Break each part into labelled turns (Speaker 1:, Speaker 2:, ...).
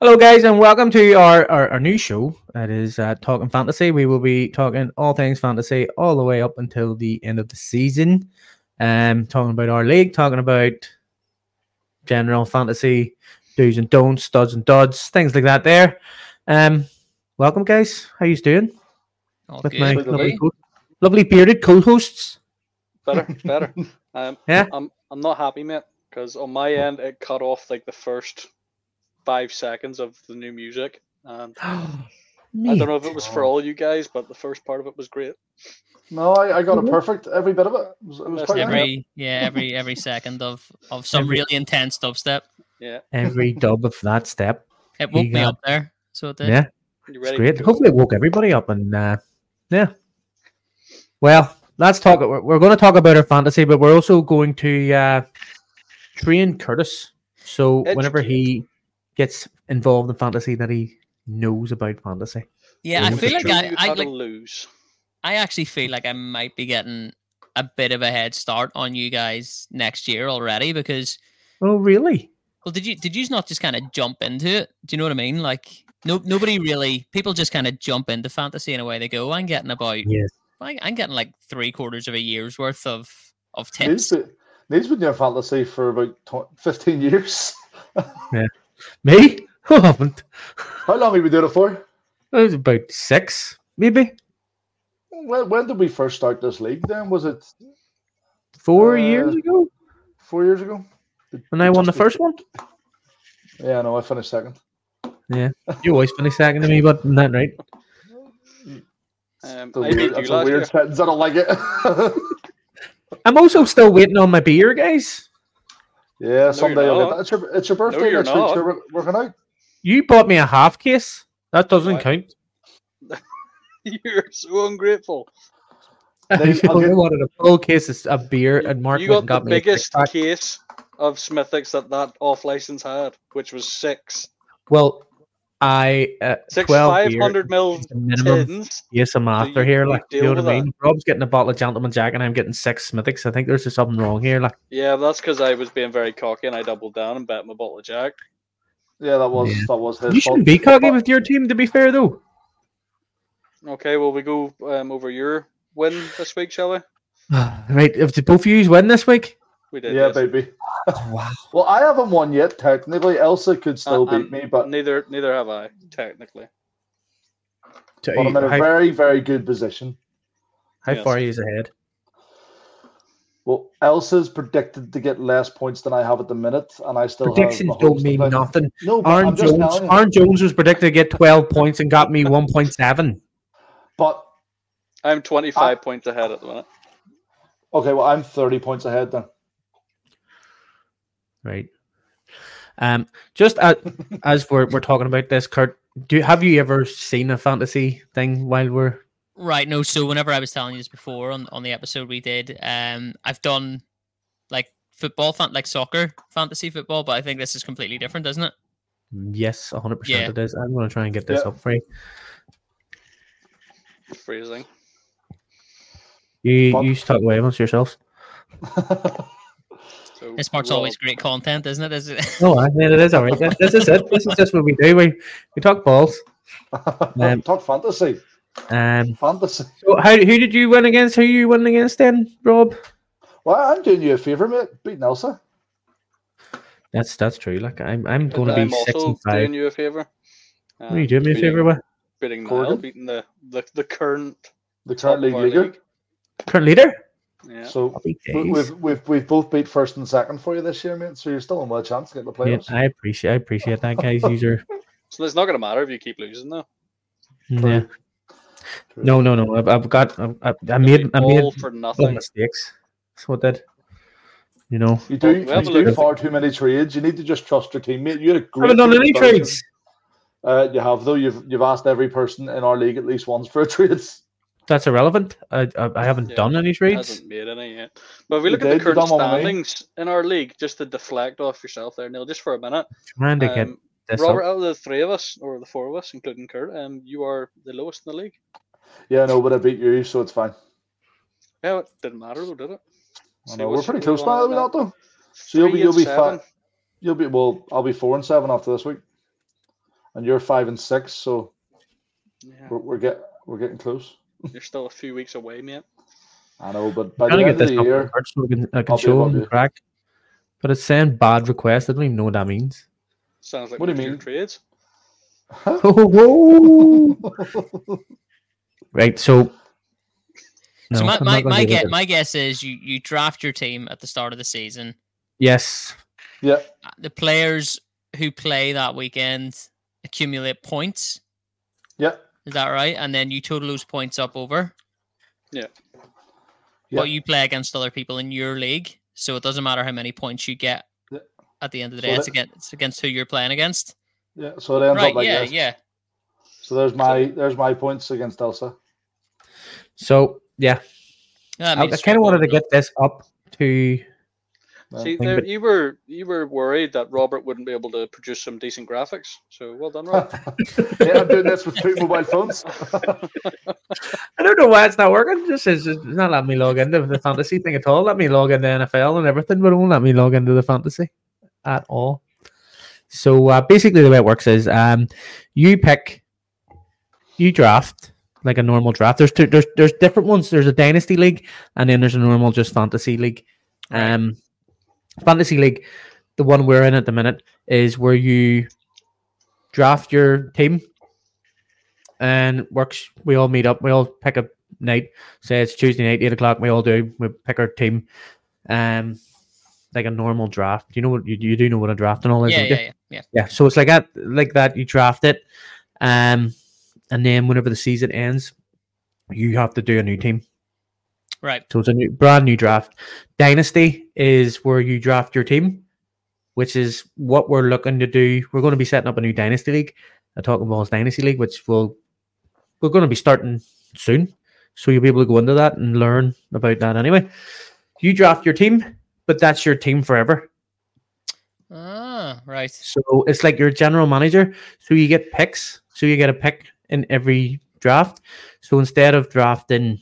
Speaker 1: Hello, guys, and welcome to our, our, our new show that is uh, Talking Fantasy. We will be talking all things fantasy all the way up until the end of the season. Um, talking about our league, talking about general fantasy do's and don'ts, duds and duds, things like that. There. Um, welcome, guys. How you doing?
Speaker 2: All
Speaker 1: With
Speaker 2: good.
Speaker 1: my
Speaker 3: By the
Speaker 1: lovely,
Speaker 3: way.
Speaker 1: co- lovely bearded co-hosts.
Speaker 3: better, better. Um,
Speaker 1: Yeah?
Speaker 3: I'm, I'm not happy, mate, because on my end it cut off like the first five seconds of the new music. And I don't know if it was for all you guys, but the first part of it was great.
Speaker 4: No, I, I got
Speaker 1: Mhm.
Speaker 4: it perfect. Every bit of it. It was, it was
Speaker 3: That's
Speaker 4: quite
Speaker 3: every-
Speaker 4: good.
Speaker 2: every yeah, every every second of of some
Speaker 1: Every-
Speaker 2: really intense dubstep.
Speaker 3: Yeah,
Speaker 1: Every dub of that step.
Speaker 2: It woke me
Speaker 1: got-
Speaker 2: up there. So it did.
Speaker 1: Yeah.
Speaker 3: you
Speaker 1: It's
Speaker 3: ready?
Speaker 1: great. Hopefully, it woke everybody up. And uh, yeah, well, let's talk. We're, we're going to talk about our fantasy, but we're also going to uh, train Curtis. So whenever he gets involved in fantasy, that he knows about fantasy.
Speaker 2: Yeah, I
Speaker 1: Yeah.
Speaker 2: feel
Speaker 1: Sure.
Speaker 2: like I,
Speaker 3: you
Speaker 2: I
Speaker 3: how
Speaker 2: like
Speaker 3: to lose.
Speaker 2: I actually feel like I might be getting a bit of a head start on you guys next year already because
Speaker 1: Oh, really?
Speaker 2: well did you did you not just kind of jump into it? Do you know what I mean? Like no nobody really people just kind of jump into fantasy and away they go. I'm getting about
Speaker 1: Yes.
Speaker 2: I, I'm getting like three quarters of a year's worth of of
Speaker 4: Needs
Speaker 2: tips.
Speaker 4: been, needs been your fantasy for about tw 15 years.
Speaker 1: Me? I haven't.
Speaker 4: How long have we doing it for?
Speaker 1: I was about six, maybe
Speaker 4: When, when did we first start this league then? Was it
Speaker 1: four
Speaker 4: Uh,
Speaker 1: years ago
Speaker 4: four years ago?
Speaker 1: when I won the
Speaker 4: just-
Speaker 1: first one.
Speaker 4: Yeah, no, I finished second.
Speaker 1: You always finish second to me, but isn't that right?
Speaker 3: Um,
Speaker 4: That's a
Speaker 3: I beat
Speaker 4: weird,
Speaker 3: you
Speaker 4: that's a
Speaker 3: last
Speaker 4: weird
Speaker 3: year.
Speaker 4: sentence. I don't like it.
Speaker 1: I'm also still waiting on my beer, guys.
Speaker 4: yeah, someday I'll
Speaker 3: not.
Speaker 4: get that. It's your, it's your birthday
Speaker 3: you're
Speaker 4: next week,
Speaker 3: not.
Speaker 4: so we're, we're going out.
Speaker 1: You bought me a half case. That doesn't
Speaker 3: Why-
Speaker 1: count.
Speaker 3: You're so ungrateful.
Speaker 1: I
Speaker 4: Then I'll
Speaker 1: only
Speaker 4: get-
Speaker 1: wanted a full case of- of beer, and Mark
Speaker 3: you
Speaker 1: went
Speaker 3: got,
Speaker 1: and got
Speaker 3: the
Speaker 1: me a
Speaker 3: biggest
Speaker 1: six-pack.
Speaker 3: case of Smithix that that off license had, which was six,
Speaker 1: Well, I uh,
Speaker 3: six
Speaker 1: twelve
Speaker 3: five
Speaker 1: beer
Speaker 3: hundred mil
Speaker 1: is the minimum.
Speaker 3: tins.
Speaker 1: Yes, I'm after
Speaker 3: you-
Speaker 1: here.
Speaker 3: you
Speaker 1: Like, you
Speaker 3: deal
Speaker 1: know what
Speaker 3: with
Speaker 1: I mean? Rob's getting a bottle of Gentleman Jack, and I'm getting six Smithicks. I think there's just something wrong here. Like,
Speaker 3: Yeah, that's because I was being very cocky and I doubled down and bet my bottle of Jack.
Speaker 4: Yeah, that was
Speaker 1: Yeah.
Speaker 4: that was his
Speaker 1: you
Speaker 4: fault.
Speaker 1: shouldn't be cocky with your team. To be fair, though,
Speaker 3: Okay, well, we go um, over your win this week, shall we?
Speaker 1: right? If the both of you win this week,
Speaker 3: We did.
Speaker 4: Yeah,
Speaker 3: yes.
Speaker 4: baby.
Speaker 1: wow,
Speaker 4: Well, I haven't won yet, technically. Elsa could still
Speaker 3: Uh, um,
Speaker 4: beat me, but,
Speaker 3: Neither, neither have I. Technically,
Speaker 1: To-
Speaker 4: but I'm in a
Speaker 1: how,
Speaker 4: very, very good position.
Speaker 1: how
Speaker 3: Yes.
Speaker 1: far are you ahead?
Speaker 4: Well, Elsa's predicted to get less points than I have at the minute, and I still
Speaker 1: Predictions
Speaker 4: have
Speaker 1: don't
Speaker 4: Mahomes to
Speaker 1: mean
Speaker 4: play.
Speaker 1: nothing.
Speaker 4: No, but
Speaker 1: Aaron
Speaker 4: I'm just
Speaker 1: Jones,
Speaker 4: telling you.
Speaker 1: Aaron Jones was predicted to get 12 points and got me 1.7.
Speaker 4: But
Speaker 3: I'm 25
Speaker 1: Ah.
Speaker 3: points ahead at the minute.
Speaker 4: okay, well, I'm 30 points ahead then.
Speaker 1: Right. Um, just as, as we're we're talking about this, Kurt, do have you ever seen a fantasy thing while we're
Speaker 2: Right. No. So whenever I was telling you this before on on the episode we did, um, I've done like football, fan- like soccer, fantasy football, but I think this is completely different, isn't it?
Speaker 1: yes, hundred
Speaker 2: Yeah.
Speaker 1: percent it is. I'm gonna try and get this
Speaker 4: Yeah.
Speaker 1: up for you.
Speaker 3: Freezing.
Speaker 1: You
Speaker 4: Fuck.
Speaker 1: you talk away amongst yourselves.
Speaker 3: So
Speaker 2: This part's
Speaker 3: Rob,
Speaker 2: always great content, isn't it? Is it?
Speaker 1: No, I mean it is all right. This, this is it. This is just what we do. We we talk balls. Um,
Speaker 4: Talk fantasy,
Speaker 1: Um
Speaker 4: fantasy.
Speaker 1: so how who did you win against? Who you win against then, Rob?
Speaker 4: Well, I'm doing you a favor, mate. Beating Elsa.
Speaker 1: That's that's true. Like I'm I'm
Speaker 3: but
Speaker 1: gonna be
Speaker 3: I'm
Speaker 1: six
Speaker 3: also
Speaker 1: and five.
Speaker 3: doing uh, you a favor.
Speaker 1: What are you doing me a favor with?
Speaker 3: Beating Niall,
Speaker 4: Gordon?
Speaker 3: beating the the, the current
Speaker 4: The
Speaker 3: top of
Speaker 4: current league
Speaker 3: our
Speaker 4: leader.
Speaker 3: league.
Speaker 1: Current leader?
Speaker 3: Yeah.
Speaker 4: So
Speaker 1: Happy
Speaker 4: we-
Speaker 1: days.
Speaker 4: we've we've we've both beat first and second for you this year, mate. So you're still in with a chance to get the
Speaker 1: Yeah,
Speaker 4: playoffs.
Speaker 1: I appreciate I appreciate that guys. User
Speaker 3: So it's not gonna matter if you keep losing though.
Speaker 1: yeah.
Speaker 4: True.
Speaker 1: No, no, no. I've, I've got. I've, I've- I
Speaker 3: It'll
Speaker 1: made.
Speaker 3: be
Speaker 1: I
Speaker 3: all
Speaker 1: made
Speaker 3: for
Speaker 1: little
Speaker 3: nothing.
Speaker 1: mistakes. That's what did. You know.
Speaker 4: You
Speaker 3: Well,
Speaker 4: do,
Speaker 3: we have a
Speaker 4: you do
Speaker 3: look.
Speaker 4: far too many trades. You need to just trust your teammate. You had a
Speaker 1: I
Speaker 4: great
Speaker 1: haven't done
Speaker 4: team
Speaker 1: any
Speaker 4: starting.
Speaker 1: trades.
Speaker 4: Uh, you have though. You've you've asked every person in our league at least once for a trade.
Speaker 1: That's irrelevant. I I, I haven't
Speaker 3: Yeah,
Speaker 1: done any trades.
Speaker 3: Hasn't made any yet. But if we
Speaker 4: You
Speaker 3: look at the
Speaker 4: did, you
Speaker 3: current
Speaker 4: done one with me.
Speaker 3: standings in our league, just to deflect off yourself there, Neil, just for a minute.
Speaker 1: Trying to get
Speaker 3: um,
Speaker 1: this
Speaker 3: Robert,
Speaker 1: up.
Speaker 3: out of the three of us, or the four of us, including Kurt, um, you are the lowest in the league.
Speaker 4: Yeah, no, but I beat you, so it's fine.
Speaker 3: Yeah, it didn't matter though, did it?
Speaker 4: I
Speaker 3: See,
Speaker 4: know, we're
Speaker 3: what's-
Speaker 4: pretty
Speaker 3: what are
Speaker 4: close
Speaker 3: we on
Speaker 4: now, are we
Speaker 3: now?
Speaker 4: not though? So you'll be
Speaker 3: Three
Speaker 4: you'll
Speaker 3: and
Speaker 4: be
Speaker 3: seven.
Speaker 4: fat. You'll be well. I'll be four and seven after this week. and you're five and six, so
Speaker 3: Yeah.
Speaker 4: we're, we're get we're getting close.
Speaker 3: You're still a few weeks away, mate.
Speaker 4: I know, but by
Speaker 1: Trying
Speaker 4: the
Speaker 1: to
Speaker 4: end
Speaker 1: get
Speaker 4: of
Speaker 1: this
Speaker 4: the
Speaker 1: up on
Speaker 4: year,
Speaker 1: Twitch so we can, I can
Speaker 4: I'll be
Speaker 1: show
Speaker 4: able
Speaker 1: them
Speaker 4: to.
Speaker 1: crack. But it's saying bad request. I don't even know what that means.
Speaker 3: Sounds like
Speaker 4: What do you
Speaker 3: one of your
Speaker 4: mean?
Speaker 3: trades.
Speaker 1: Whoa. right. So.
Speaker 2: so
Speaker 1: No,
Speaker 2: my
Speaker 1: I'm
Speaker 2: my,
Speaker 1: not gonna
Speaker 2: my,
Speaker 1: do
Speaker 2: guess,
Speaker 1: that.
Speaker 2: my guess is you you draft your team at the start of the season.
Speaker 1: Yes.
Speaker 4: yeah,
Speaker 2: The players who play that weekend accumulate points.
Speaker 4: yeah,
Speaker 2: Is that right? And then you total those points up over.
Speaker 4: yeah.
Speaker 2: But you play against other people in your league, so it doesn't matter how many points you get
Speaker 4: Yeah.
Speaker 2: at the end of the
Speaker 4: So
Speaker 2: day. it's
Speaker 4: that-
Speaker 2: against it's against who you're playing against.
Speaker 4: yeah. So it ends
Speaker 2: Right?
Speaker 4: up like
Speaker 2: yeah,
Speaker 4: this.
Speaker 2: yeah.
Speaker 4: So there's my there's my points against Elsa.
Speaker 1: So yeah,
Speaker 2: Yeah,
Speaker 1: I,
Speaker 2: mean, it's
Speaker 1: kind of wanted to get
Speaker 2: straightforward.
Speaker 1: this up to.
Speaker 4: Yeah.
Speaker 3: See,
Speaker 1: Thing,
Speaker 3: there,
Speaker 1: but-
Speaker 3: you were you were worried that Robert wouldn't be able to produce some decent graphics. So well done, Robert.
Speaker 4: yeah, I'm doing this with two mobile phones.
Speaker 1: I don't know why it's not working. This is it's not letting me log into the fantasy thing at all. Let me log into NFL and everything, but it won't let me log into the fantasy at all. So uh, basically, the way it works is um, you pick, you draft like a normal draft. There's two, there's there's different ones. There's a dynasty league, and then there's a normal just fantasy league. Um, fantasy league, the one we're in at the minute is where you draft your team and works. We all meet up. We all pick a night. Say it's Tuesday night, eight o'clock. We all do. We pick our team. Um, like a normal draft. You know what you, you do know what a draft and all is.
Speaker 2: yeah,
Speaker 1: don't you?
Speaker 2: yeah, yeah, yeah.
Speaker 1: yeah so it's like that like that you draft it um and then whenever the season ends you have to do a new team
Speaker 2: Right.
Speaker 1: so it's a new brand new draft dynasty is where you draft your team which is what we're looking to do we're going to be setting up a new dynasty league a talking balls dynasty league which will we're going to be starting soon so you'll be able to go into that and learn about that anyway you draft your team but that's your team forever
Speaker 2: Ah, right.
Speaker 1: so it's like you're a general manager. So you get picks. So you get a pick in every draft. So instead of drafting,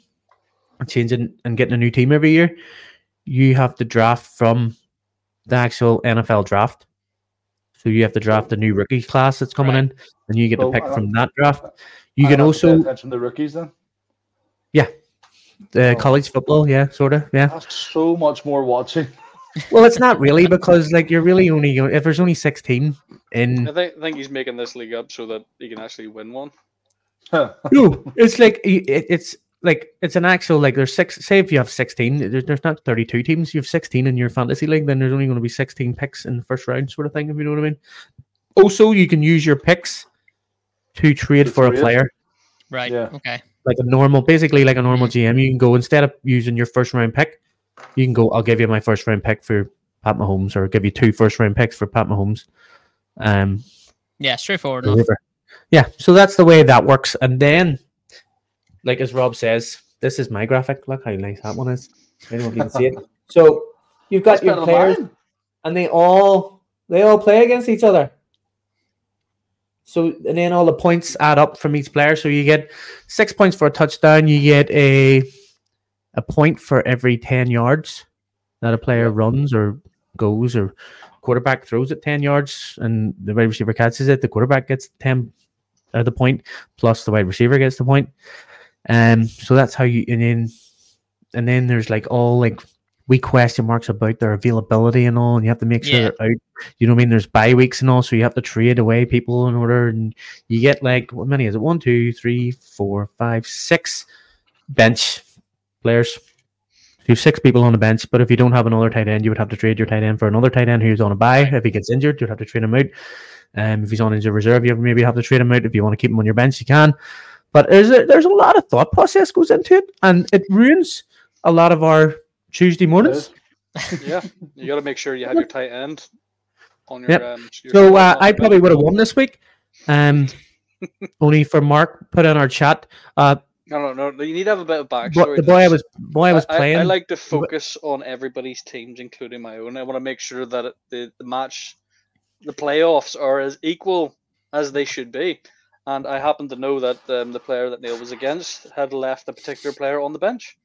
Speaker 1: changing and getting a new team every year, you have to draft from the actual NFL draft. So you have to draft a new rookie class that's coming
Speaker 2: Right.
Speaker 1: in, and you get
Speaker 4: So,
Speaker 1: to pick
Speaker 4: uh,
Speaker 1: from that draft. You
Speaker 4: I have
Speaker 1: can
Speaker 4: to pay
Speaker 1: also
Speaker 4: attention to the rookies then.
Speaker 1: uh,
Speaker 4: oh.
Speaker 1: college football, yeah, sort of, yeah.
Speaker 4: That's so much more watching.
Speaker 1: Well, it's not really because like you're really only if there's only sixteen in
Speaker 3: I think, I think he's making this league up so that he can actually win one.
Speaker 1: no, it's like i- it, it's like it's an actual like there's six. Say if you have sixteen, there's, there's not thirty-two teams. You have sixteen in your fantasy league, then there's only going to be sixteen picks in the first round, sort of thing. If you know what I mean. Also, you can use your picks to trade
Speaker 4: To
Speaker 1: for
Speaker 4: trade?
Speaker 1: a player,
Speaker 2: Right.
Speaker 4: Yeah.
Speaker 2: Okay.
Speaker 1: like a normal, basically like a normal GM. You can go instead of using your first round pick, you can go. I'll give you my first round pick for Pat Mahomes, or give you two first round picks for Pat Mahomes. Um,
Speaker 2: Yeah, straightforward
Speaker 1: the
Speaker 2: enough.
Speaker 1: river. Yeah, so that's the way that works. And then, like as Rob says, this is my graphic. Look how nice that one is. Anyone can see it. So you've got
Speaker 4: That's
Speaker 1: your
Speaker 4: better than
Speaker 1: players,
Speaker 4: mine.
Speaker 1: and they all they all play against each other. So and then all the points add up from each player. So you get six points for a touchdown. You get a a point for every ten yards that a player runs or goes or quarterback throws it ten yards and the wide receiver catches it. The quarterback gets ten uh, the point plus the wide receiver gets the point. Um, so that's how you and then and then there's like all like we question marks about their availability and all, and you have to make sure
Speaker 2: Yeah.
Speaker 1: they're out. You know what I mean? There's bye weeks and all, so you have to trade away people in order, and you get like what many is it? One, two, three, four, five, six bench players. So you have six people on the bench, but if you don't have another tight end, you would have to trade your tight end for another tight end who's on a bye. If he gets injured, you'd have to trade him out. Um, if he's on injured reserve, you maybe have to trade him out. If you want to keep him on your bench, you can. But there's a, there's a lot of thought process goes into it, and it ruins a lot of our Tuesday mornings.
Speaker 3: Yeah, you got to make sure you have your tight end on your.
Speaker 1: Yep.
Speaker 3: Um, your
Speaker 1: So
Speaker 3: squad,
Speaker 1: uh,
Speaker 3: not
Speaker 1: I
Speaker 3: your
Speaker 1: probably
Speaker 3: bench.
Speaker 1: would have won this week. Um, only for Mark put in our chat. Uh,
Speaker 3: No, no, no. You need to have a bit of
Speaker 1: but
Speaker 3: backstory.
Speaker 1: the
Speaker 3: to
Speaker 1: boy I
Speaker 3: this.
Speaker 1: was boy I was playing.
Speaker 3: I, like to focus on everybody's teams, including my own. I want to make sure that it, the, the match, the playoffs are as equal as they should be. And I happen to know that um, the player that Neil was against had left a particular player on the bench.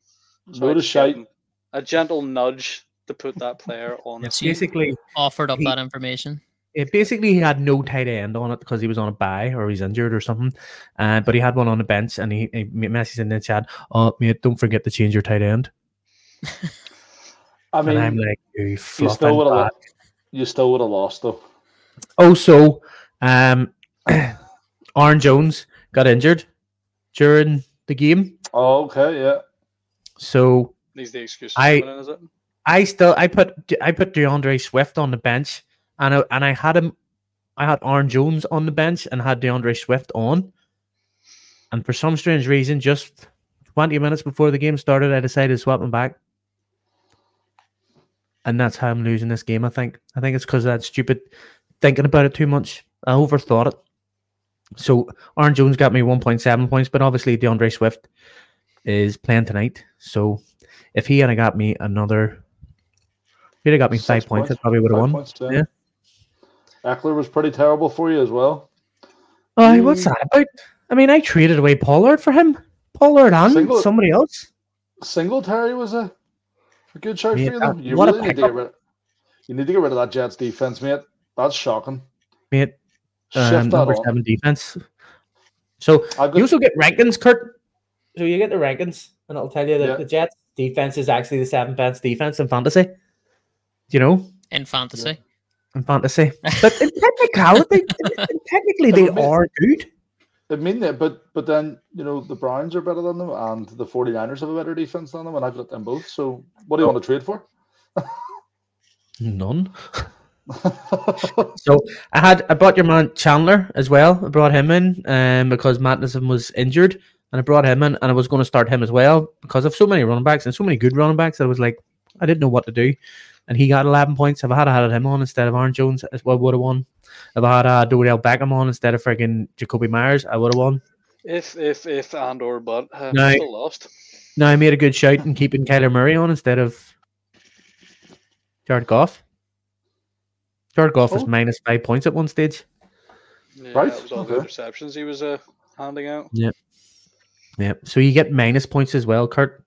Speaker 3: So I
Speaker 4: Load of
Speaker 3: just gave
Speaker 4: shite.
Speaker 3: him A gentle nudge to put that player on.
Speaker 2: So you
Speaker 1: basically,
Speaker 2: offered up
Speaker 1: He-
Speaker 2: that information.
Speaker 1: It basically he had no tight end on it because he was on a bye or he's injured or something. Uh, but he had one on the bench and he, he messaged in the chat, "Oh mate, don't forget to change your tight end."
Speaker 4: I mean,
Speaker 1: and I'm like, "You fluffing
Speaker 4: still would've
Speaker 1: bastard."
Speaker 4: you still would have lost though.
Speaker 1: Also, um, Aaron Jones got injured during the game,
Speaker 4: Oh, okay, yeah.
Speaker 1: so
Speaker 3: These the excuse.
Speaker 1: I-
Speaker 3: coming in, is it?
Speaker 1: I still I put I put DeAndre Swift on the bench and I, and I had him I had Aaron Jones on the bench and had DeAndre Swift on. And for some strange reason, just 20 minutes before the game started, I decided to swap him back. And that's how I'm losing this game, I think. I think it's because of that stupid thinking about it too much. I overthought it. So Aaron Jones got me 1.7 points, but obviously DeAndre Swift is playing tonight. So if he had got me another, if he'd have got me
Speaker 4: Six
Speaker 1: five points,
Speaker 4: points,
Speaker 1: I probably would have
Speaker 4: Five
Speaker 1: won.
Speaker 4: points,
Speaker 1: yeah.
Speaker 4: Eckler was pretty terrible for you as well.
Speaker 1: Oh,
Speaker 4: Hmm.
Speaker 1: what's that about? I mean, I traded away Pollard for him. Pollard and
Speaker 4: Single-
Speaker 1: somebody else.
Speaker 4: Singletary was a, a good shot
Speaker 1: Mate,
Speaker 4: for you. Though.
Speaker 1: that-
Speaker 4: You
Speaker 1: what a
Speaker 4: really need to
Speaker 1: pickup.
Speaker 4: get rid. You need to get rid of that Jets defense, mate. That's shocking.
Speaker 1: Mate,
Speaker 4: Shift
Speaker 1: um,
Speaker 4: that
Speaker 1: number
Speaker 4: on.
Speaker 1: seven defense. So
Speaker 4: I've
Speaker 1: you
Speaker 4: got,
Speaker 1: also get rankings, Kurt. So you get the rankings, and it'll tell you that
Speaker 4: Yeah.
Speaker 1: the Jets defense is actually the seventh best defense in fantasy. You know,
Speaker 2: in fantasy.
Speaker 1: in fantasy, but in technicality, technically they
Speaker 4: But mate-
Speaker 1: are good.
Speaker 4: I mean that, but but then you know the Browns are better than them, and the 49ers have a better defense than them, and I've got them both. So
Speaker 1: Oh.
Speaker 4: what do you want to trade for?
Speaker 1: None. Oh, So I had I brought your man Chandler as well. I brought him in um, because Matheson was injured, and I brought him in, and I was going to start him as well because of so many running backs and so many good running backs. I was like, I didn't know what to do, and he got eleven points. If I had had him on instead of Aaron Jones, I would have won. If I had uh, Doriel Beckham on instead of friggin' Jacoby Myers, I would have won.
Speaker 3: If if if and or but uh,
Speaker 1: No.
Speaker 3: still lost.
Speaker 1: Now I made a good shout in keeping Kyler Murray on instead of Jared Goff. Jared Goff was
Speaker 4: Oh.
Speaker 1: minus five points at one stage.
Speaker 3: Yeah,
Speaker 4: Right,
Speaker 3: That was all the
Speaker 4: okay.
Speaker 3: interceptions he was uh, handing out.
Speaker 1: Yeah. So you get minus points as well, Kurt.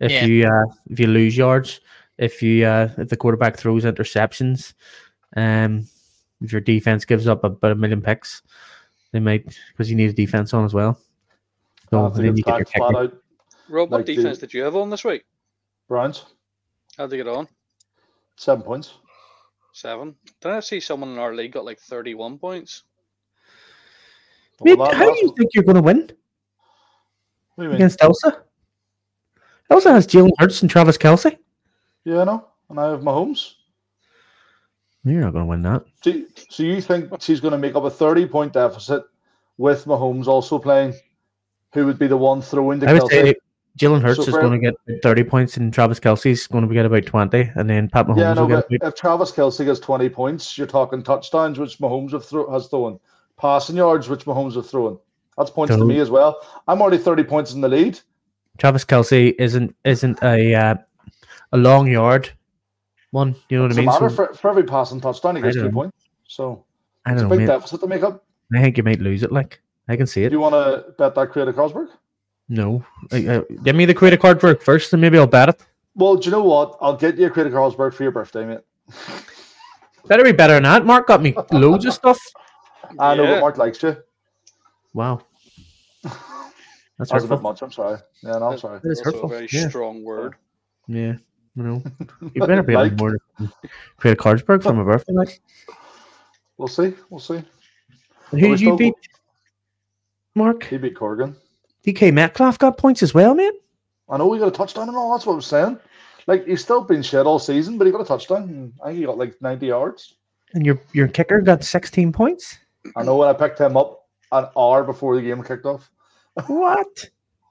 Speaker 1: If
Speaker 2: Yeah.
Speaker 1: you uh, if you lose yards, if you uh, if the quarterback throws interceptions, um, if your defense gives up about a million picks, they might because you need a defense on as well. So
Speaker 4: I think
Speaker 1: and then
Speaker 4: it's
Speaker 1: you get your
Speaker 4: back flat
Speaker 1: kicker.
Speaker 4: out
Speaker 3: Rob, what
Speaker 4: Like the-
Speaker 3: defense did you have on this week?
Speaker 4: Browns
Speaker 3: How'd they get on?
Speaker 4: seven points.
Speaker 3: Seven. Did I see someone in our league got like thirty-one points?
Speaker 1: Mate,
Speaker 4: Well, that-
Speaker 1: how do
Speaker 4: that's-
Speaker 1: you think you're going to win
Speaker 4: what do you mean?
Speaker 1: against Elsa? Elsa has Jalen Hurts and Travis Kelsey.
Speaker 4: Yeah, I know. And I have Mahomes.
Speaker 1: You're not going to win that.
Speaker 4: Do you- so you think she's going to make up a 30 point deficit with Mahomes also playing? Who would be the one throwing to
Speaker 1: I would
Speaker 4: Kelsey?
Speaker 1: say Jalen Hurts
Speaker 4: So
Speaker 1: is
Speaker 4: where-
Speaker 1: going to get thirty points, and Travis Kelsey's going to get about twenty, and then Pat Mahomes
Speaker 4: Yeah, no,
Speaker 1: will get
Speaker 4: but
Speaker 1: about
Speaker 4: if Travis Kelsey gets 20 points, you're talking touchdowns, which Mahomes have thro- has thrown, passing yards, which Mahomes have thrown. That's points to
Speaker 1: Don't-
Speaker 4: me as well. I'm already 30 points in the lead.
Speaker 1: Travis Kelsey isn't isn't a uh, a long yard one. You know what
Speaker 4: It's
Speaker 1: I
Speaker 4: a
Speaker 1: mean?
Speaker 4: matter
Speaker 1: So,
Speaker 4: for, for every passing touchdown, he
Speaker 1: I
Speaker 4: gets two
Speaker 1: don't know.
Speaker 4: points. So
Speaker 1: I
Speaker 4: it's a
Speaker 1: don't know.
Speaker 4: big
Speaker 1: Mate,
Speaker 4: deficit to make up.
Speaker 1: I think you might lose it. Like I can see
Speaker 4: Do
Speaker 1: it.
Speaker 4: you want to bet that creator Crosberg?
Speaker 1: No, Uh, uh, give me the credit card for it first, and maybe I'll bet it.
Speaker 4: Well, do you know what? I'll get you a creator Crosberg for your birthday, mate.
Speaker 1: Better be better than that. Mark got me loads of stuff.
Speaker 4: I know,
Speaker 3: Yeah.
Speaker 4: but Mark likes you.
Speaker 1: Wow, that's
Speaker 4: That was a bit
Speaker 1: hurtful.
Speaker 4: much. I'm sorry. Yeah, no, I'm sorry.
Speaker 1: That is
Speaker 3: Also
Speaker 1: hurtful,
Speaker 3: a very
Speaker 1: yeah.
Speaker 3: strong word.
Speaker 1: Yeah, you know, you better be on
Speaker 4: Like.
Speaker 1: board. Credit Cardsberg for my birthday. Like,
Speaker 4: We'll see. We'll see.
Speaker 1: and who
Speaker 4: Well, we
Speaker 1: did you
Speaker 4: still-
Speaker 1: beat? Mark
Speaker 4: He beat Corrigan.
Speaker 1: DK Metcalf got points as well, man.
Speaker 4: I know he got a touchdown and all. That's what I'm saying. Like he's still been shit all season, but he got a touchdown. and I think he got like 90 yards.
Speaker 1: And your your kicker got sixteen points.
Speaker 4: I know when I picked him up an hour before the game kicked off,
Speaker 1: What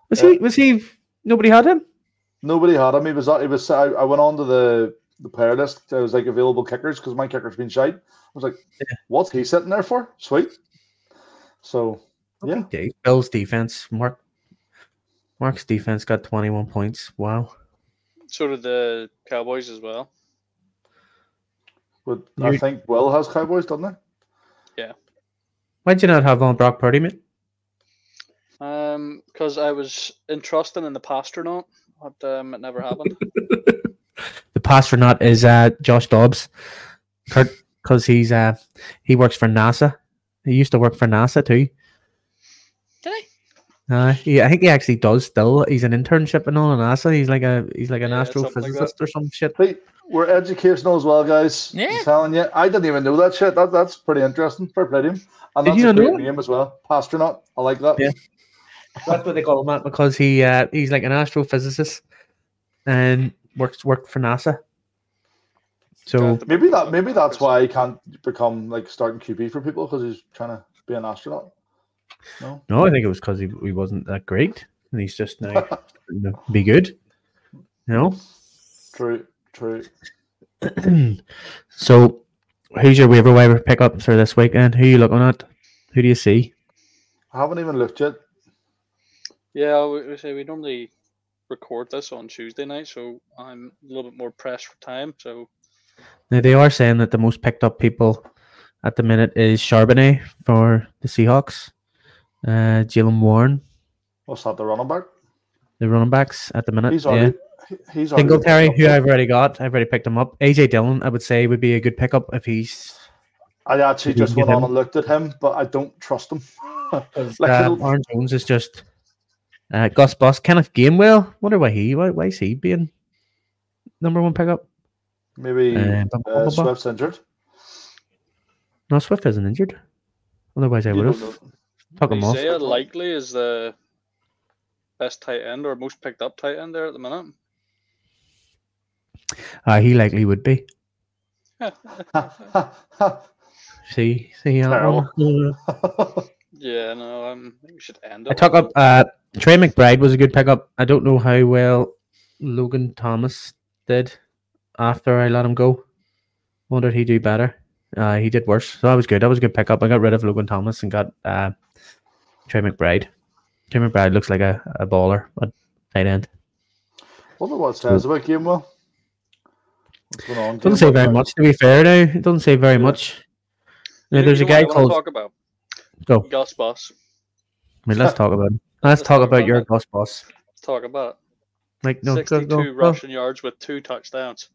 Speaker 1: was
Speaker 4: Yeah.
Speaker 1: he? Was he? Nobody had him.
Speaker 4: nobody had him. He was he was. I, I went on to the the player list. There was like available kickers because my kicker's been shite. I was like, what's he sitting there for? Sweet. So
Speaker 1: Yeah.
Speaker 4: yeah,
Speaker 1: Bill's defense. Mark Mark's defense got 21 points. Wow.
Speaker 3: So did the Cowboys as well.
Speaker 4: but I
Speaker 1: You-
Speaker 4: think Will has Cowboys, doesn't he?
Speaker 1: Why'd you not have on Brock Purdy, mate?
Speaker 3: Um, because I was entrusting in the Pasternaut, but um, it never happened.
Speaker 1: The pass for not is uh, Josh Dobbs. Kurt, because he's uh he works for NASA. He used to work for NASA too.
Speaker 2: Did I?
Speaker 1: Uh, he, I think he actually does still. He's an internship and all on NASA. He's like a he's like an
Speaker 3: Yeah, something like
Speaker 1: astrophysicist or some shit.
Speaker 4: Hey, we're educational as well, guys.
Speaker 2: Yeah.
Speaker 4: I'm telling you, I didn't even know that shit. That, that's pretty interesting. Fair play to him. And
Speaker 1: Did
Speaker 4: that's
Speaker 1: you
Speaker 4: a
Speaker 1: not know
Speaker 4: great
Speaker 1: that?
Speaker 4: name as well. Pastronaut. I like that.
Speaker 1: Yeah. That's what they call him at because he uh, he's like an astrophysicist and works worked for NASA. So
Speaker 4: Maybe that. Maybe that's why I can't become like starting QB for people because he's trying to be an astronaut. No.
Speaker 1: no, I think it was because he, he wasn't that great and he's just now starting to be good. You
Speaker 4: True. True.
Speaker 1: know. so who's your waiver waiver pickup for this weekend? Who you looking at? Who do you see?
Speaker 4: I haven't even looked yet.
Speaker 3: Yeah, we, we say we normally record this on Tuesday night, so I'm a little bit more pressed for time. So
Speaker 1: Now they are saying that the most picked up people at the minute is Charbonnet for the Seahawks, uh, Jalen Warren,
Speaker 4: What's that? The running back.
Speaker 1: the running backs at the minute.
Speaker 4: He's
Speaker 1: Uh, yeah.
Speaker 4: already. he- He's already
Speaker 1: Singletary,
Speaker 4: picked
Speaker 1: who
Speaker 4: up.
Speaker 1: I've already got, I've already picked him up. AJ Dillon, I would say, would be a good pickup if he's.
Speaker 4: I actually
Speaker 1: Did you
Speaker 4: just
Speaker 1: get
Speaker 4: went on
Speaker 1: him?
Speaker 4: and looked at him, but I don't trust him. Like
Speaker 1: Uh,
Speaker 4: he'll-
Speaker 1: Aaron Jones is just. Uh, Gus Bus, Kenneth Gainwell. Wonder why he why, why is he being number one pickup?
Speaker 4: maybe
Speaker 1: Uh, bum, bum,
Speaker 4: uh,
Speaker 1: bum, bum.
Speaker 4: Swift's injured.
Speaker 1: No, Swift isn't injured. Otherwise, I
Speaker 4: You
Speaker 1: would
Speaker 4: don't
Speaker 1: have
Speaker 4: know.
Speaker 1: took him off.
Speaker 3: Isaiah Likely is the best tight end or most picked up tight end there at the minute.
Speaker 1: Uh, he likely would be. See, see, that one?
Speaker 3: yeah, no, um, I think we should end it.
Speaker 1: I took up uh, Trey McBride was a good pickup. I don't know how well Logan Thomas did after I let him go. Wonder did he do better? Uh, he did worse. So that was good. That was a good pickup. I got rid of Logan Thomas and got uh, Trey McBride. Trey McBride looks like a, a baller, a tight end.
Speaker 4: Wonder what it says about Gamewell. What's going on?
Speaker 1: Doesn't say
Speaker 4: Gamewell?
Speaker 1: very much, to be fair. Now it doesn't say very
Speaker 4: Yeah.
Speaker 1: much. Now,
Speaker 3: You know-
Speaker 1: there's
Speaker 3: you
Speaker 1: a
Speaker 3: know what
Speaker 1: guy
Speaker 3: I wanna
Speaker 1: called.
Speaker 3: Talk about
Speaker 1: Go.
Speaker 3: Gus Bus.
Speaker 1: I mean, let's talk about. Him. Let's talk about your Gus boss.
Speaker 3: Let's talk about
Speaker 1: Like
Speaker 3: it.
Speaker 1: no, go,
Speaker 3: sixty-two
Speaker 1: go, go.
Speaker 3: rushing yards with two touchdowns.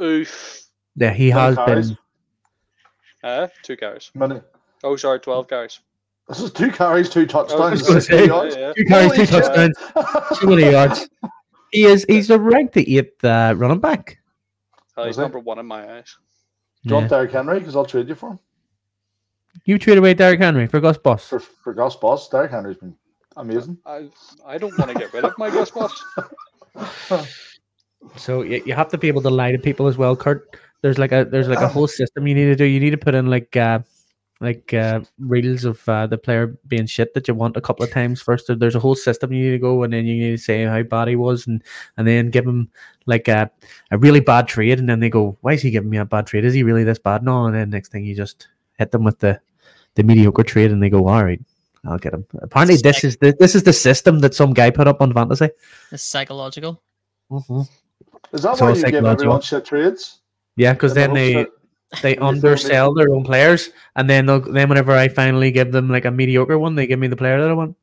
Speaker 3: Oof.
Speaker 1: Yeah, he
Speaker 4: Ten
Speaker 1: has
Speaker 4: carries?
Speaker 1: been.
Speaker 3: Uh, two carries.
Speaker 4: Many.
Speaker 3: Oh, sorry, twelve carries.
Speaker 4: This is two carries, two touchdowns,
Speaker 1: gonna
Speaker 4: sixty
Speaker 1: say.
Speaker 4: yards.
Speaker 3: Yeah,
Speaker 1: Two carries,
Speaker 4: Holy
Speaker 1: two
Speaker 4: shit.
Speaker 1: touchdowns. Too many yards. He is. He's the ranked the eighth uh, running back.
Speaker 3: Uh, he's
Speaker 4: Was it?
Speaker 3: number one in my eyes.
Speaker 4: Do you
Speaker 1: Yeah.
Speaker 4: want Derrick Henry? Because I'll trade you for him
Speaker 1: You trade away Derrick Henry for Gus Boss.
Speaker 4: for for Gus Boss. Derrick Henry's been amazing.
Speaker 3: I I don't want to get rid of my Gus Bus.
Speaker 1: So you, you have to be able to lie to people as well, Kurt. There's like a there's like a whole system you need to do. You need to put in like uh like uh reels of uh, the player being shit that you want a couple of times first. There- There's a whole system you need to go, and then you need to say how bad he was, and and then give him like a a really bad trade, and then they go, why is he giving me a bad trade? Is he really this bad? No, and then next thing you just hit them with the the mediocre trade, and they go, all right. I'll get him. Apparently, this is the this is the system that some guy put up on fantasy.
Speaker 2: It's psychological.
Speaker 1: Mhm.
Speaker 4: Is that
Speaker 1: So
Speaker 4: why
Speaker 1: it's
Speaker 4: you
Speaker 1: like
Speaker 4: give
Speaker 1: logical.
Speaker 4: everyone shit trades?
Speaker 1: Yeah, because then they
Speaker 4: Everyone shit-
Speaker 1: they
Speaker 4: Maybe it's
Speaker 1: undersell their own players, and then they'll, then whenever I finally give them like a mediocre one, they give me the player that I want.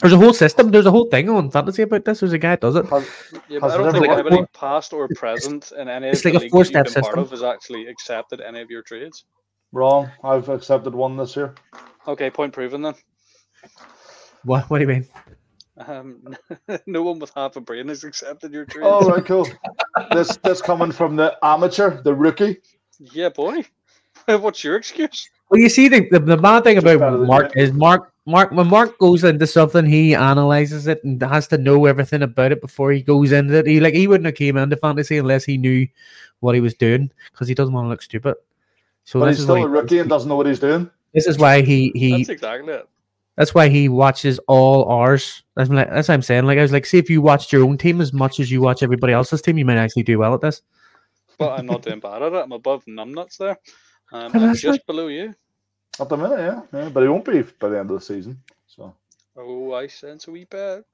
Speaker 1: There's a whole system. There's a whole thing on fantasy about this. There's a guy that does it.
Speaker 4: Has-
Speaker 3: Yeah, but I
Speaker 4: Has it
Speaker 3: don't
Speaker 4: ever
Speaker 3: think
Speaker 4: worked
Speaker 3: anybody,
Speaker 1: more?
Speaker 3: past or present, in any
Speaker 1: it's
Speaker 3: of the
Speaker 1: like a
Speaker 3: leagues
Speaker 1: four-step
Speaker 3: that you've been part
Speaker 1: system.
Speaker 3: of, has actually accepted any of your trades.
Speaker 4: Wrong. I've accepted one this year.
Speaker 3: Okay, point proven then.
Speaker 1: What? What do you mean?
Speaker 3: Um, no one with half a brain has accepted your trades.
Speaker 4: All right, cool. this this coming from the amateur, the rookie.
Speaker 3: Yeah, boy. What's your excuse?
Speaker 1: Well, you see, the the, the mad thing
Speaker 4: Just better
Speaker 1: about
Speaker 4: than
Speaker 1: Mark is Mark. Mark, when Mark goes into something, he analyzes it and has to know everything about it before he goes into it. He like he wouldn't have came into fantasy unless he knew what he was doing because he doesn't want to look stupid. So
Speaker 4: But
Speaker 1: this
Speaker 4: he's
Speaker 1: is
Speaker 4: still
Speaker 1: what
Speaker 4: a
Speaker 1: he
Speaker 4: rookie
Speaker 1: does.
Speaker 4: and doesn't know what he's doing.
Speaker 1: This is why he he
Speaker 3: That's exactly it.
Speaker 1: That's why he watches all ours. That's like that's what I'm saying. Like I was like, see if you watched your own team as much as you watch everybody else's team, you might actually do well at this.
Speaker 3: But I'm not doing bad at it. I'm above numbnuts there.
Speaker 1: Well,
Speaker 3: Um, I'm
Speaker 1: that's
Speaker 3: just below you.
Speaker 4: At the minute, yeah, yeah. But he won't be by the end of the season. So
Speaker 3: Oh, I sense a wee bit.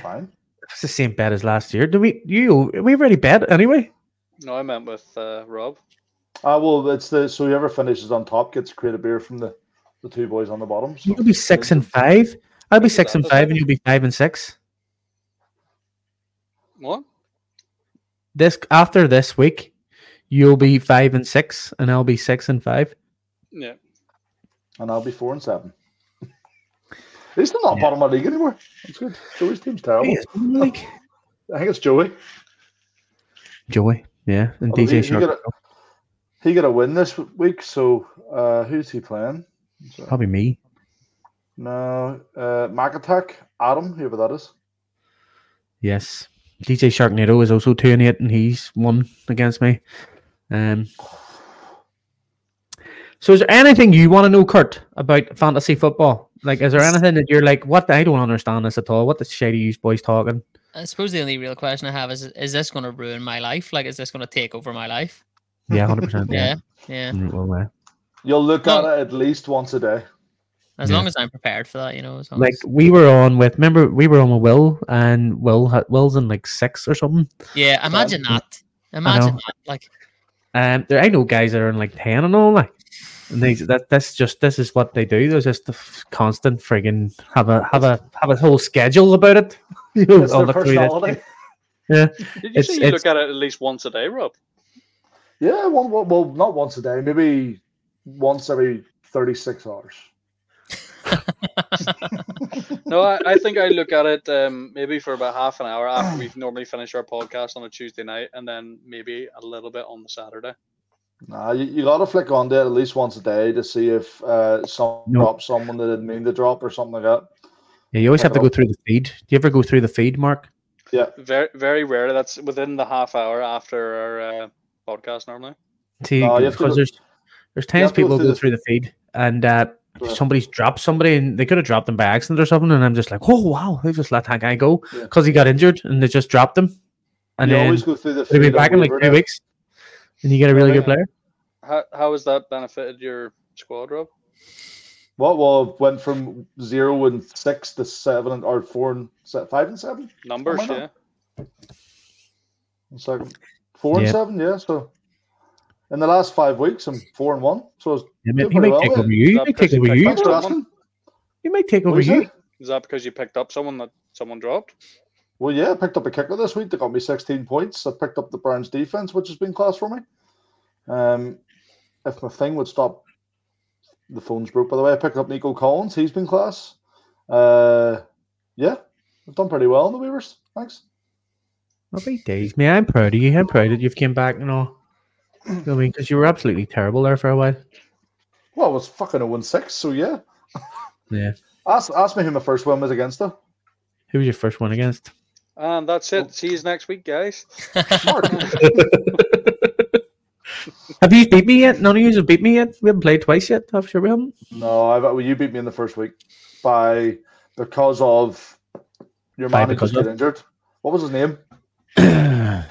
Speaker 4: fine.
Speaker 1: It's the same bet as last year. Do we you we already bet anyway?
Speaker 3: No, I meant with uh, Rob.
Speaker 4: Ah, well, it's the so whoever finishes on top gets a crate of beer from the, the two boys on the bottom. So.
Speaker 1: You'll be six and five. I'll be
Speaker 3: Look at
Speaker 1: six
Speaker 3: that,
Speaker 1: and
Speaker 3: that's
Speaker 1: five, and
Speaker 3: right.
Speaker 1: you'll be five and six.
Speaker 3: What?
Speaker 1: This after this week, you'll be five and six, and I'll be six and five.
Speaker 3: Yeah.
Speaker 4: and I'll be four and seven. He's still not bottom of the league anymore. That's good. Joey's team's terrible.
Speaker 1: Yes, like
Speaker 4: I think it's Joey.
Speaker 1: Joey, yeah, and
Speaker 4: Although
Speaker 1: DJ
Speaker 4: he- he, got
Speaker 1: Sharp.
Speaker 4: a, he got a win this week, so uh, who's he playing? So-
Speaker 1: Probably me.
Speaker 4: no, uh, Mac Attack, Adam, whoever that is.
Speaker 1: Yes, DJ Sharknado is also two and eight, and he's one against me. Um. So, is there anything you want to know, Kurt, about fantasy football? Like, is there anything that you're like, what? the- I don't understand this at all. What the shit are you boys talking?
Speaker 2: I suppose the only real question I have is: Is this going to ruin my life? Like, is this going to take over my life?
Speaker 1: Yeah, hundred percent.
Speaker 2: Yeah, yeah.
Speaker 1: Mm, well, uh,
Speaker 4: You'll look
Speaker 2: No.
Speaker 4: at it at least once a day.
Speaker 2: As
Speaker 1: Yeah.
Speaker 2: long as I'm prepared for that, you know. As long
Speaker 1: Like
Speaker 2: as-
Speaker 1: we were on with, remember we were on with Will, and Will had, Will's in like six or something.
Speaker 2: yeah, imagine that. Imagine that. Like,
Speaker 1: Um, there I know guys that are in like ten and all like, and they that that's just this is what they do. There's just the f- constant friggin' have a have a have a whole schedule about it. you know,
Speaker 4: It's
Speaker 1: I'll
Speaker 4: their
Speaker 1: look through this.
Speaker 4: personality.
Speaker 3: Did you
Speaker 1: It's-
Speaker 3: say you
Speaker 1: it's-
Speaker 3: look at it at least once a day, Rob?
Speaker 4: Yeah, one, one, well, not once a day, maybe once every 36 hours.
Speaker 3: No, I, I think I look at it um, maybe for about half an hour after we've normally finished our podcast on a Tuesday night, and then maybe a little bit on the Saturday.
Speaker 4: Nah, you, you got to flick on there at least once a day to see if uh, some
Speaker 1: No.
Speaker 4: drop someone that didn't mean to drop or something like that.
Speaker 1: Yeah, you always have to
Speaker 4: Fuck
Speaker 1: go
Speaker 4: off.
Speaker 1: through the feed. Do you ever go through the feed, Mark?
Speaker 3: Very, very rarely. That's within the half hour after our uh, podcast normally.
Speaker 1: See,
Speaker 4: No, you have to
Speaker 1: because
Speaker 4: go-
Speaker 1: there's there's times
Speaker 4: have to go
Speaker 1: people
Speaker 4: through
Speaker 1: go
Speaker 4: the-
Speaker 1: through the feed and uh,
Speaker 4: Yeah.
Speaker 1: somebody's dropped somebody and they could have dropped them by accident or something, and I'm just like, oh wow, they just let that guy go
Speaker 4: Yeah.
Speaker 1: because he got injured and they just dropped him, and
Speaker 4: you
Speaker 1: then
Speaker 4: always go through the
Speaker 1: they'll be
Speaker 4: feed on
Speaker 1: back in like
Speaker 4: Weaver
Speaker 1: two
Speaker 4: now.
Speaker 1: weeks, and you get a really
Speaker 3: Yeah.
Speaker 1: good player.
Speaker 3: How, how has that benefited your squad, Rob?
Speaker 4: What? Well, went from zero and six to seven and or four and se- five and seven.
Speaker 3: Numbers,
Speaker 4: Oh, my
Speaker 3: yeah.
Speaker 4: One second. Four and
Speaker 1: Yeah.
Speaker 4: seven, yeah. So in the last five weeks, I'm four and one. So it's-
Speaker 1: He might,
Speaker 4: Did
Speaker 1: he
Speaker 4: very
Speaker 1: might
Speaker 4: well,
Speaker 1: take
Speaker 4: yeah.
Speaker 1: over you. He
Speaker 3: Not
Speaker 1: might take over
Speaker 3: because he
Speaker 1: you.
Speaker 4: thanks
Speaker 3: picked
Speaker 4: for
Speaker 3: up
Speaker 4: asking.
Speaker 1: He might take
Speaker 4: What
Speaker 1: over
Speaker 4: was
Speaker 1: you.
Speaker 4: it?
Speaker 3: Is that because you picked up someone that someone dropped?
Speaker 4: Well, yeah, I picked up a kicker this week. They got me 16 points. I picked up the Browns defense, which has been class for me. Um, if my thing would stop, the phone's broke. By the way, I picked up Nico Collins. He's been class. Uh, yeah, I've done pretty well in the Weavers. Thanks.
Speaker 1: Happy days, man. I'm proud of you. I'm proud that you've came back and all. You know what I mean? Because you were absolutely terrible there for a while.
Speaker 4: Well, it was fucking a 1 6, so yeah.
Speaker 1: Yeah.
Speaker 4: Ask, ask me who my first win was against, though.
Speaker 1: Who was your first one against?
Speaker 3: And that's it. See you next week, guys.
Speaker 4: Mark.
Speaker 1: Have you beat me yet? None of you have beat me yet. We haven't played twice yet. I'm sure we haven't.
Speaker 4: no, I've, well, you beat me in the first week by because of your
Speaker 1: By
Speaker 4: man who
Speaker 1: because
Speaker 4: just got injured. What was his name?
Speaker 1: Aaron
Speaker 4: The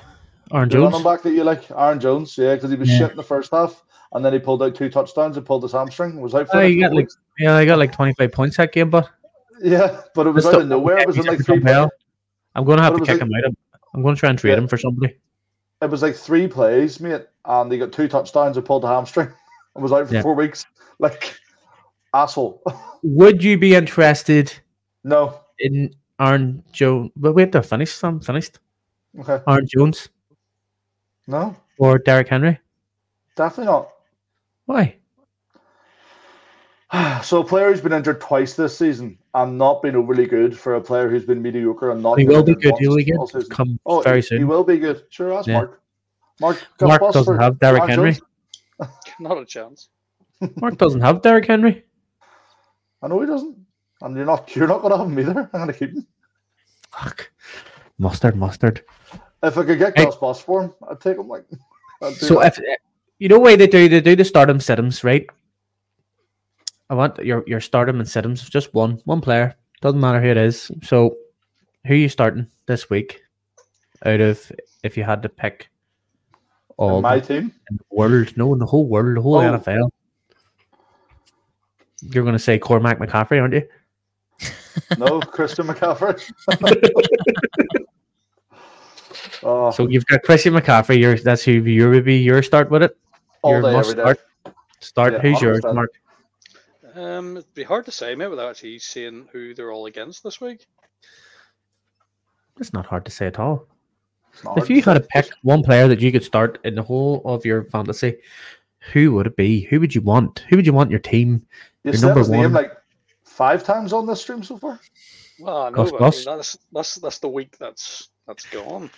Speaker 4: running
Speaker 1: Jones.
Speaker 4: back that you like, Aaron Jones, yeah, because he was
Speaker 1: Yeah.
Speaker 4: shit in the first half, and then he pulled out two touchdowns and pulled his hamstring. and Was out for
Speaker 1: Oh,
Speaker 4: the
Speaker 1: you got
Speaker 4: couple
Speaker 1: like
Speaker 4: weeks.
Speaker 1: yeah, I got like 25 points that game, but
Speaker 4: yeah, but it was
Speaker 1: Just
Speaker 4: out
Speaker 1: don't-
Speaker 4: of nowhere. It was in like
Speaker 1: he's
Speaker 4: three.
Speaker 1: done well. I'm going to have
Speaker 4: But
Speaker 1: to
Speaker 4: it was
Speaker 1: kick
Speaker 4: like-
Speaker 1: him out. I'm, I'm going to try and trade
Speaker 4: Yeah.
Speaker 1: him for somebody.
Speaker 4: It was like three plays, mate, and he got two touchdowns and pulled the hamstring, and was out for
Speaker 1: Yeah.
Speaker 4: four weeks. Like asshole.
Speaker 1: Would you be interested
Speaker 4: no,
Speaker 1: in Aaron Jones? But we have to finish. I'm finished.
Speaker 4: okay,
Speaker 1: Aaron Jones
Speaker 4: no,
Speaker 1: or Derek Henry?
Speaker 4: definitely not.
Speaker 1: Why?
Speaker 4: So a player who's been injured twice this season and not been overly good for a player who's been mediocre and not.
Speaker 1: He
Speaker 4: been
Speaker 1: will be
Speaker 4: injured
Speaker 1: good. He'll be
Speaker 4: once
Speaker 1: good.
Speaker 4: all season.
Speaker 1: Come
Speaker 4: Oh,
Speaker 1: very
Speaker 4: he, He
Speaker 1: soon.
Speaker 4: will be good. Sure, ask
Speaker 1: Yeah.
Speaker 4: Mark. Mark, got
Speaker 1: Mark
Speaker 4: bust
Speaker 1: doesn't
Speaker 4: for
Speaker 1: have Derrick
Speaker 4: Aaron
Speaker 1: Henry.
Speaker 4: Jones.
Speaker 3: Not a chance.
Speaker 1: Mark doesn't have Derrick Henry.
Speaker 4: I know he doesn't. And you're not you're not gonna have him either. I'm gonna keep him.
Speaker 1: Fuck. Mustard, mustard.
Speaker 4: If I could get
Speaker 1: Hey.
Speaker 4: Gus Boss for him, I'd take him like I'd do
Speaker 1: So
Speaker 4: that.
Speaker 1: if you know what they do, they do the stardom situms, right? I want your your stardom and situms, just one, one player. Doesn't matter who it is. So who are you starting this week? Out of if you had to pick
Speaker 4: In
Speaker 1: all
Speaker 4: my
Speaker 1: the
Speaker 4: team.
Speaker 1: world, no, in the whole world, the whole
Speaker 4: Oh.
Speaker 1: NFL. You're gonna say Cormac McCaffrey, aren't you?
Speaker 4: No, Christian McCaffrey. oh,
Speaker 1: So you've got Christian McCaffrey. You're, that's who you would be. Your start with it.
Speaker 4: all
Speaker 1: your
Speaker 4: day,
Speaker 1: must
Speaker 4: every day.
Speaker 1: start. Start.
Speaker 4: Yeah,
Speaker 1: who's yours,
Speaker 4: 100%.
Speaker 1: Mark?
Speaker 3: Um, it'd be hard to say, mate, without actually seeing who they're all against this week.
Speaker 1: That's not hard to say at all. If you had to pick one player that you could start in the whole of your fantasy, who would it be? Who would you want? Who would you want your team?
Speaker 4: you
Speaker 1: your
Speaker 4: said
Speaker 1: number
Speaker 4: his name
Speaker 1: one-
Speaker 4: like five times on this stream so far.
Speaker 3: Well, I know,
Speaker 1: Goss,
Speaker 3: but I
Speaker 1: goss.
Speaker 3: mean, that's that's that's the week that's that's gone.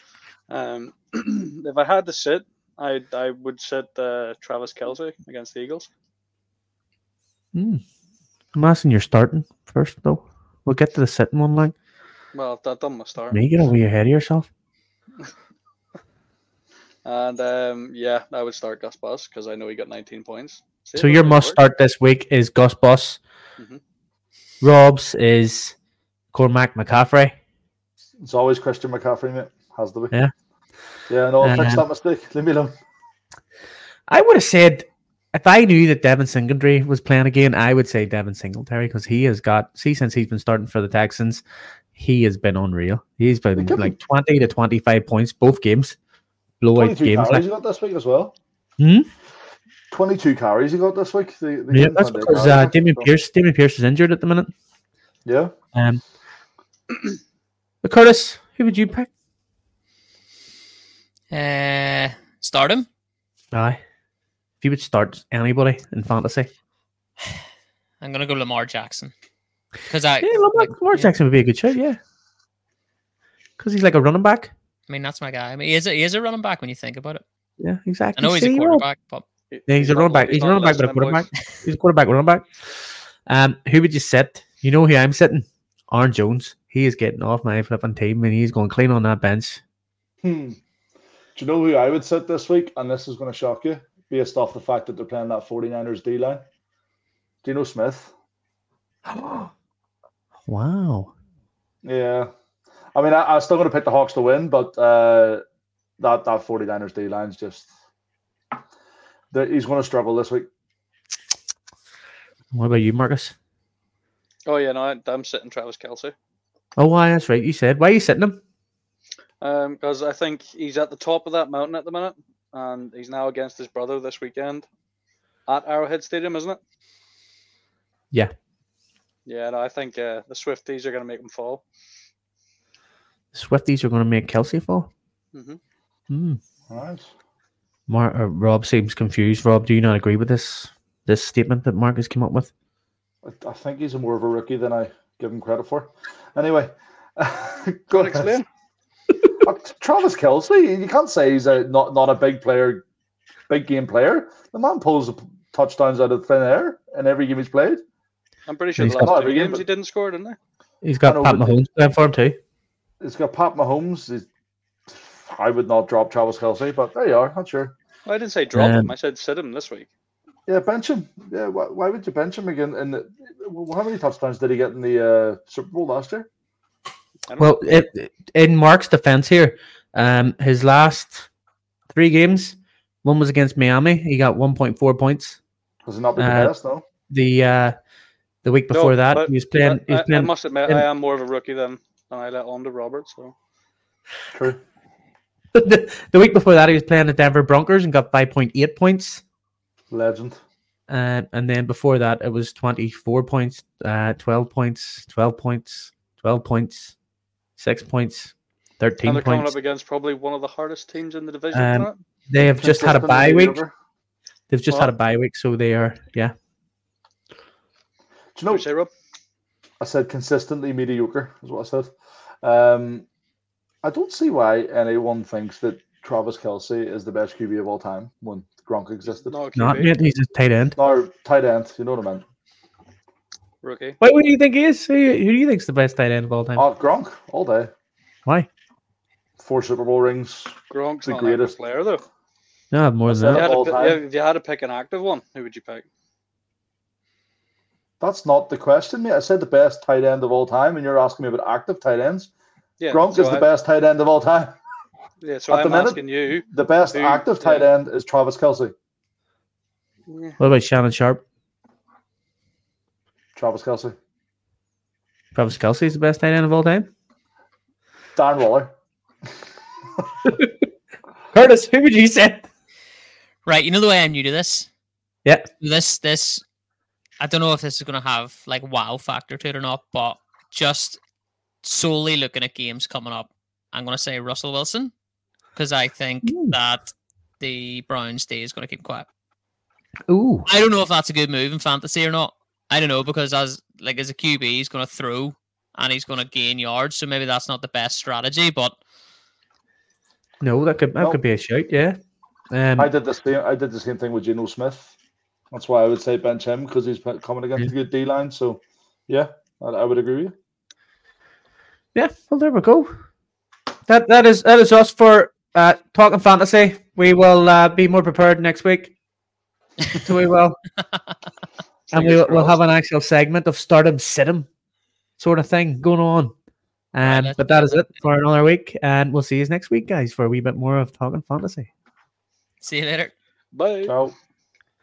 Speaker 3: Um, if I had to sit, I I would sit uh, Travis Kelsey against the Eagles.
Speaker 1: Hmm. I'm asking you're starting first, though. We'll get to the sitting one, like
Speaker 3: Well, I've done my start.
Speaker 1: me. Get over your head of yourself.
Speaker 3: And um, yeah, I would start Gus Bus because I know he got 19 points. See,
Speaker 1: So
Speaker 3: it
Speaker 1: your
Speaker 3: doesn't
Speaker 1: must
Speaker 3: work.
Speaker 1: start this week is Gus Bus.
Speaker 3: Mhm.
Speaker 1: Mm-hmm. Rob's is Cormac McCaffrey.
Speaker 4: It's always Christian McCaffrey, mate. Has to be.
Speaker 1: Yeah.
Speaker 4: Yeah, no, I fixed
Speaker 1: Uh-huh.
Speaker 4: that mistake. Leave me alone.
Speaker 1: I would have said if I knew that Devin Singletary was playing again, I would say Devin Singletary because he has got see since he's been starting for the Texans, he has been unreal. He's been
Speaker 4: They give
Speaker 1: like
Speaker 4: him-
Speaker 1: twenty to twenty five points both games, blowout
Speaker 4: 22
Speaker 1: games.
Speaker 4: carries
Speaker 1: Like,
Speaker 4: he got this week as well.
Speaker 1: Hmm?
Speaker 4: 22 carries he got this week. The, the
Speaker 1: yeah, that's because uh, Damien Pierce, Damien Pierce is injured at the minute.
Speaker 4: Yeah.
Speaker 1: Um, but Curtis, who would you pick?
Speaker 2: Uh, start him.
Speaker 1: Aye, if you would start anybody in fantasy,
Speaker 2: I'm gonna go Lamar Jackson because I.
Speaker 1: yeah, Lamar, Lamar
Speaker 2: yeah.
Speaker 1: Jackson would be a good shout, yeah, because he's like a running back.
Speaker 2: I mean, that's my guy. I mean, he is a, he is a running back when you think about it.
Speaker 1: Yeah,
Speaker 2: I
Speaker 1: exactly.
Speaker 2: know he's a
Speaker 1: See, Rob.
Speaker 2: quarterback, but
Speaker 3: He-
Speaker 1: Yeah, he's, a
Speaker 3: not-
Speaker 1: running back. He's, a
Speaker 3: not
Speaker 1: running back, but a
Speaker 3: listening, boys.
Speaker 1: quarterback. He's a quarterback, running back. Um, who would you sit? You know who I'm sitting? Aaron Jones. He is getting off my flipping team, and he's going clean on that bench.
Speaker 4: Hmm. Do you know who I would sit this week? And this is going to shock you based off the fact that they're playing that 49ers D line. Geno Smith.
Speaker 1: wow.
Speaker 4: Yeah. I mean, I, I'm still going to pick the Hawks to win, but uh, that, that 49ers D line's just. that He's going to struggle this week.
Speaker 1: What about you, Marcus?
Speaker 3: Oh yeah, no, I, I'm sitting Travis Kelsey.
Speaker 1: Oh, why? That's right. You said. Why are you sitting him?
Speaker 3: Um, because I think he's at the top of that mountain at the minute, and he's now against his brother this weekend at Arrowhead Stadium, isn't it?
Speaker 1: Yeah.
Speaker 3: Yeah, no, I think uh, the Swifties are going to make him fall.
Speaker 1: Swifties are going to make Kelsey fall.
Speaker 3: Mhm.
Speaker 1: Hmm.
Speaker 4: All right.
Speaker 1: Mar- uh, Rob seems confused. Rob, do you not agree with this this statement that Marcus came up with?
Speaker 4: I- I think he's more of a rookie than I give him credit for. Anyway, go
Speaker 3: Go
Speaker 4: ahead.
Speaker 3: explain.
Speaker 4: Uh, Travis Kelsey, you can't say he's a not not a big player, big game player. The man pulls the p- touchdowns out of thin air in every game he's played.
Speaker 3: I'm pretty sure
Speaker 1: He's
Speaker 3: the
Speaker 1: got-
Speaker 3: last two
Speaker 4: Not again,
Speaker 3: games he didn't score, didn't he?
Speaker 1: He's
Speaker 4: I
Speaker 1: got
Speaker 4: know,
Speaker 1: Pat
Speaker 4: but-
Speaker 1: Mahomes playing for him too.
Speaker 4: He's got Pat Mahomes. He's, I would not drop Travis Kelsey, but there you are. Not sure.
Speaker 3: Well, I didn't say drop him.
Speaker 1: Um,
Speaker 3: I said sit him this week.
Speaker 4: Yeah, bench him. Yeah, why, why would you bench him again? And the, well, how many touchdowns did he get in the uh, Super Bowl last year?
Speaker 3: I don't
Speaker 1: Well, it, in Mark's defense here, um, his last three games, one was against Miami. He got 1.4 points.
Speaker 4: Has he not been
Speaker 1: Uh,
Speaker 4: the best? No.
Speaker 1: The uh, the week
Speaker 3: No,
Speaker 1: before that,
Speaker 3: but-
Speaker 1: he was playing. He
Speaker 3: I,
Speaker 1: was
Speaker 3: I- I
Speaker 1: playing
Speaker 3: must admit,
Speaker 1: in-
Speaker 3: I am more of a rookie than, than I let on to Robert. So
Speaker 4: True.
Speaker 1: the, the week before that, he was playing the Denver Broncos and got 5.8 points.
Speaker 4: Legend.
Speaker 1: Uh, and then before that, it was 24 points, uh, 12 points, 12 points, 12 points, 6 points,
Speaker 3: and
Speaker 1: 13
Speaker 3: they're coming
Speaker 1: points.
Speaker 3: up against probably one of the hardest teams in the division.
Speaker 1: Um,
Speaker 3: isn't it?
Speaker 1: They have just had a
Speaker 4: Consistent
Speaker 1: bye
Speaker 4: and
Speaker 1: week.
Speaker 4: over.
Speaker 1: They've just
Speaker 3: Well-
Speaker 1: had a bye week, so they are, yeah.
Speaker 4: Do you know?
Speaker 3: Would you say, Rob?
Speaker 4: I said consistently mediocre is what I said. Um, I don't see why anyone thinks that Travis Kelsey is the best QB of all time when Gronk existed.
Speaker 3: Not a
Speaker 1: Not
Speaker 3: QB,
Speaker 1: yet. He's a tight end.
Speaker 4: Or tight end, you know what I mean?
Speaker 3: rookie.
Speaker 1: Wait, what do you think he is? Who, who do you think's the best tight end of all time?
Speaker 4: Oh, Gronk all day.
Speaker 1: Why?
Speaker 4: Four Super Bowl rings.
Speaker 3: Gronk's
Speaker 4: The
Speaker 3: not an active
Speaker 4: greatest.
Speaker 3: player though.
Speaker 1: No, I have more
Speaker 4: What's
Speaker 1: than that.
Speaker 3: If you, had
Speaker 4: that?
Speaker 3: to
Speaker 4: all
Speaker 3: pick,
Speaker 4: time.
Speaker 3: if you had to pick an active one, who would you pick?
Speaker 4: That's not the question, mate. I said the best tight end of all time, and you're asking me about active tight ends.
Speaker 3: Yeah,
Speaker 4: Gronk
Speaker 3: so
Speaker 4: is the
Speaker 3: I-
Speaker 4: best tight end of all time.
Speaker 3: Yeah, so
Speaker 4: at the
Speaker 3: I'm
Speaker 4: minute-
Speaker 3: asking you.
Speaker 4: The best
Speaker 3: Dude,
Speaker 4: active
Speaker 3: yeah.
Speaker 4: tight end is Travis Kelsey.
Speaker 1: What about Shannon Sharp?
Speaker 4: Travis Kelsey.
Speaker 1: Travis Kelsey is the best tight end of all time.
Speaker 4: Dan Waller.
Speaker 1: Curtis, who would you say?
Speaker 2: Right, you know the way I'm new to this.
Speaker 1: Yeah.
Speaker 2: This this I don't know if this is gonna have like wow factor to it or not, but just solely looking at games coming up, I'm gonna say Russell Wilson. because I think
Speaker 1: Ooh.
Speaker 2: that the Browns D is going to keep quiet.
Speaker 1: Ooh.
Speaker 2: I don't know if that's a good move in fantasy or not. I don't know because as like as a QB, he's going to throw and he's going to gain yards, so maybe that's not the best strategy. But
Speaker 1: No, that could that
Speaker 4: Well-
Speaker 1: could be a shout, yeah.
Speaker 4: I
Speaker 1: Um,
Speaker 4: did the same. I did the same thing with Geno Smith. That's why I would say bench him because he's pe- coming against a good D line. So, yeah, I, I would agree with you.
Speaker 1: yeah, well there we go. That that is that is us for uh talking fantasy. We will uh, be more prepared next week. so we will. and we,
Speaker 3: Fingers
Speaker 1: we'll have
Speaker 3: crossed.
Speaker 1: an actual segment of stardom sit 'em sort of thing going on. Um,
Speaker 2: let's
Speaker 1: but that is it for another week, and we'll see you next week, guys, for a wee bit more of talking fantasy.
Speaker 2: see you later.
Speaker 3: Bye.
Speaker 4: Ciao.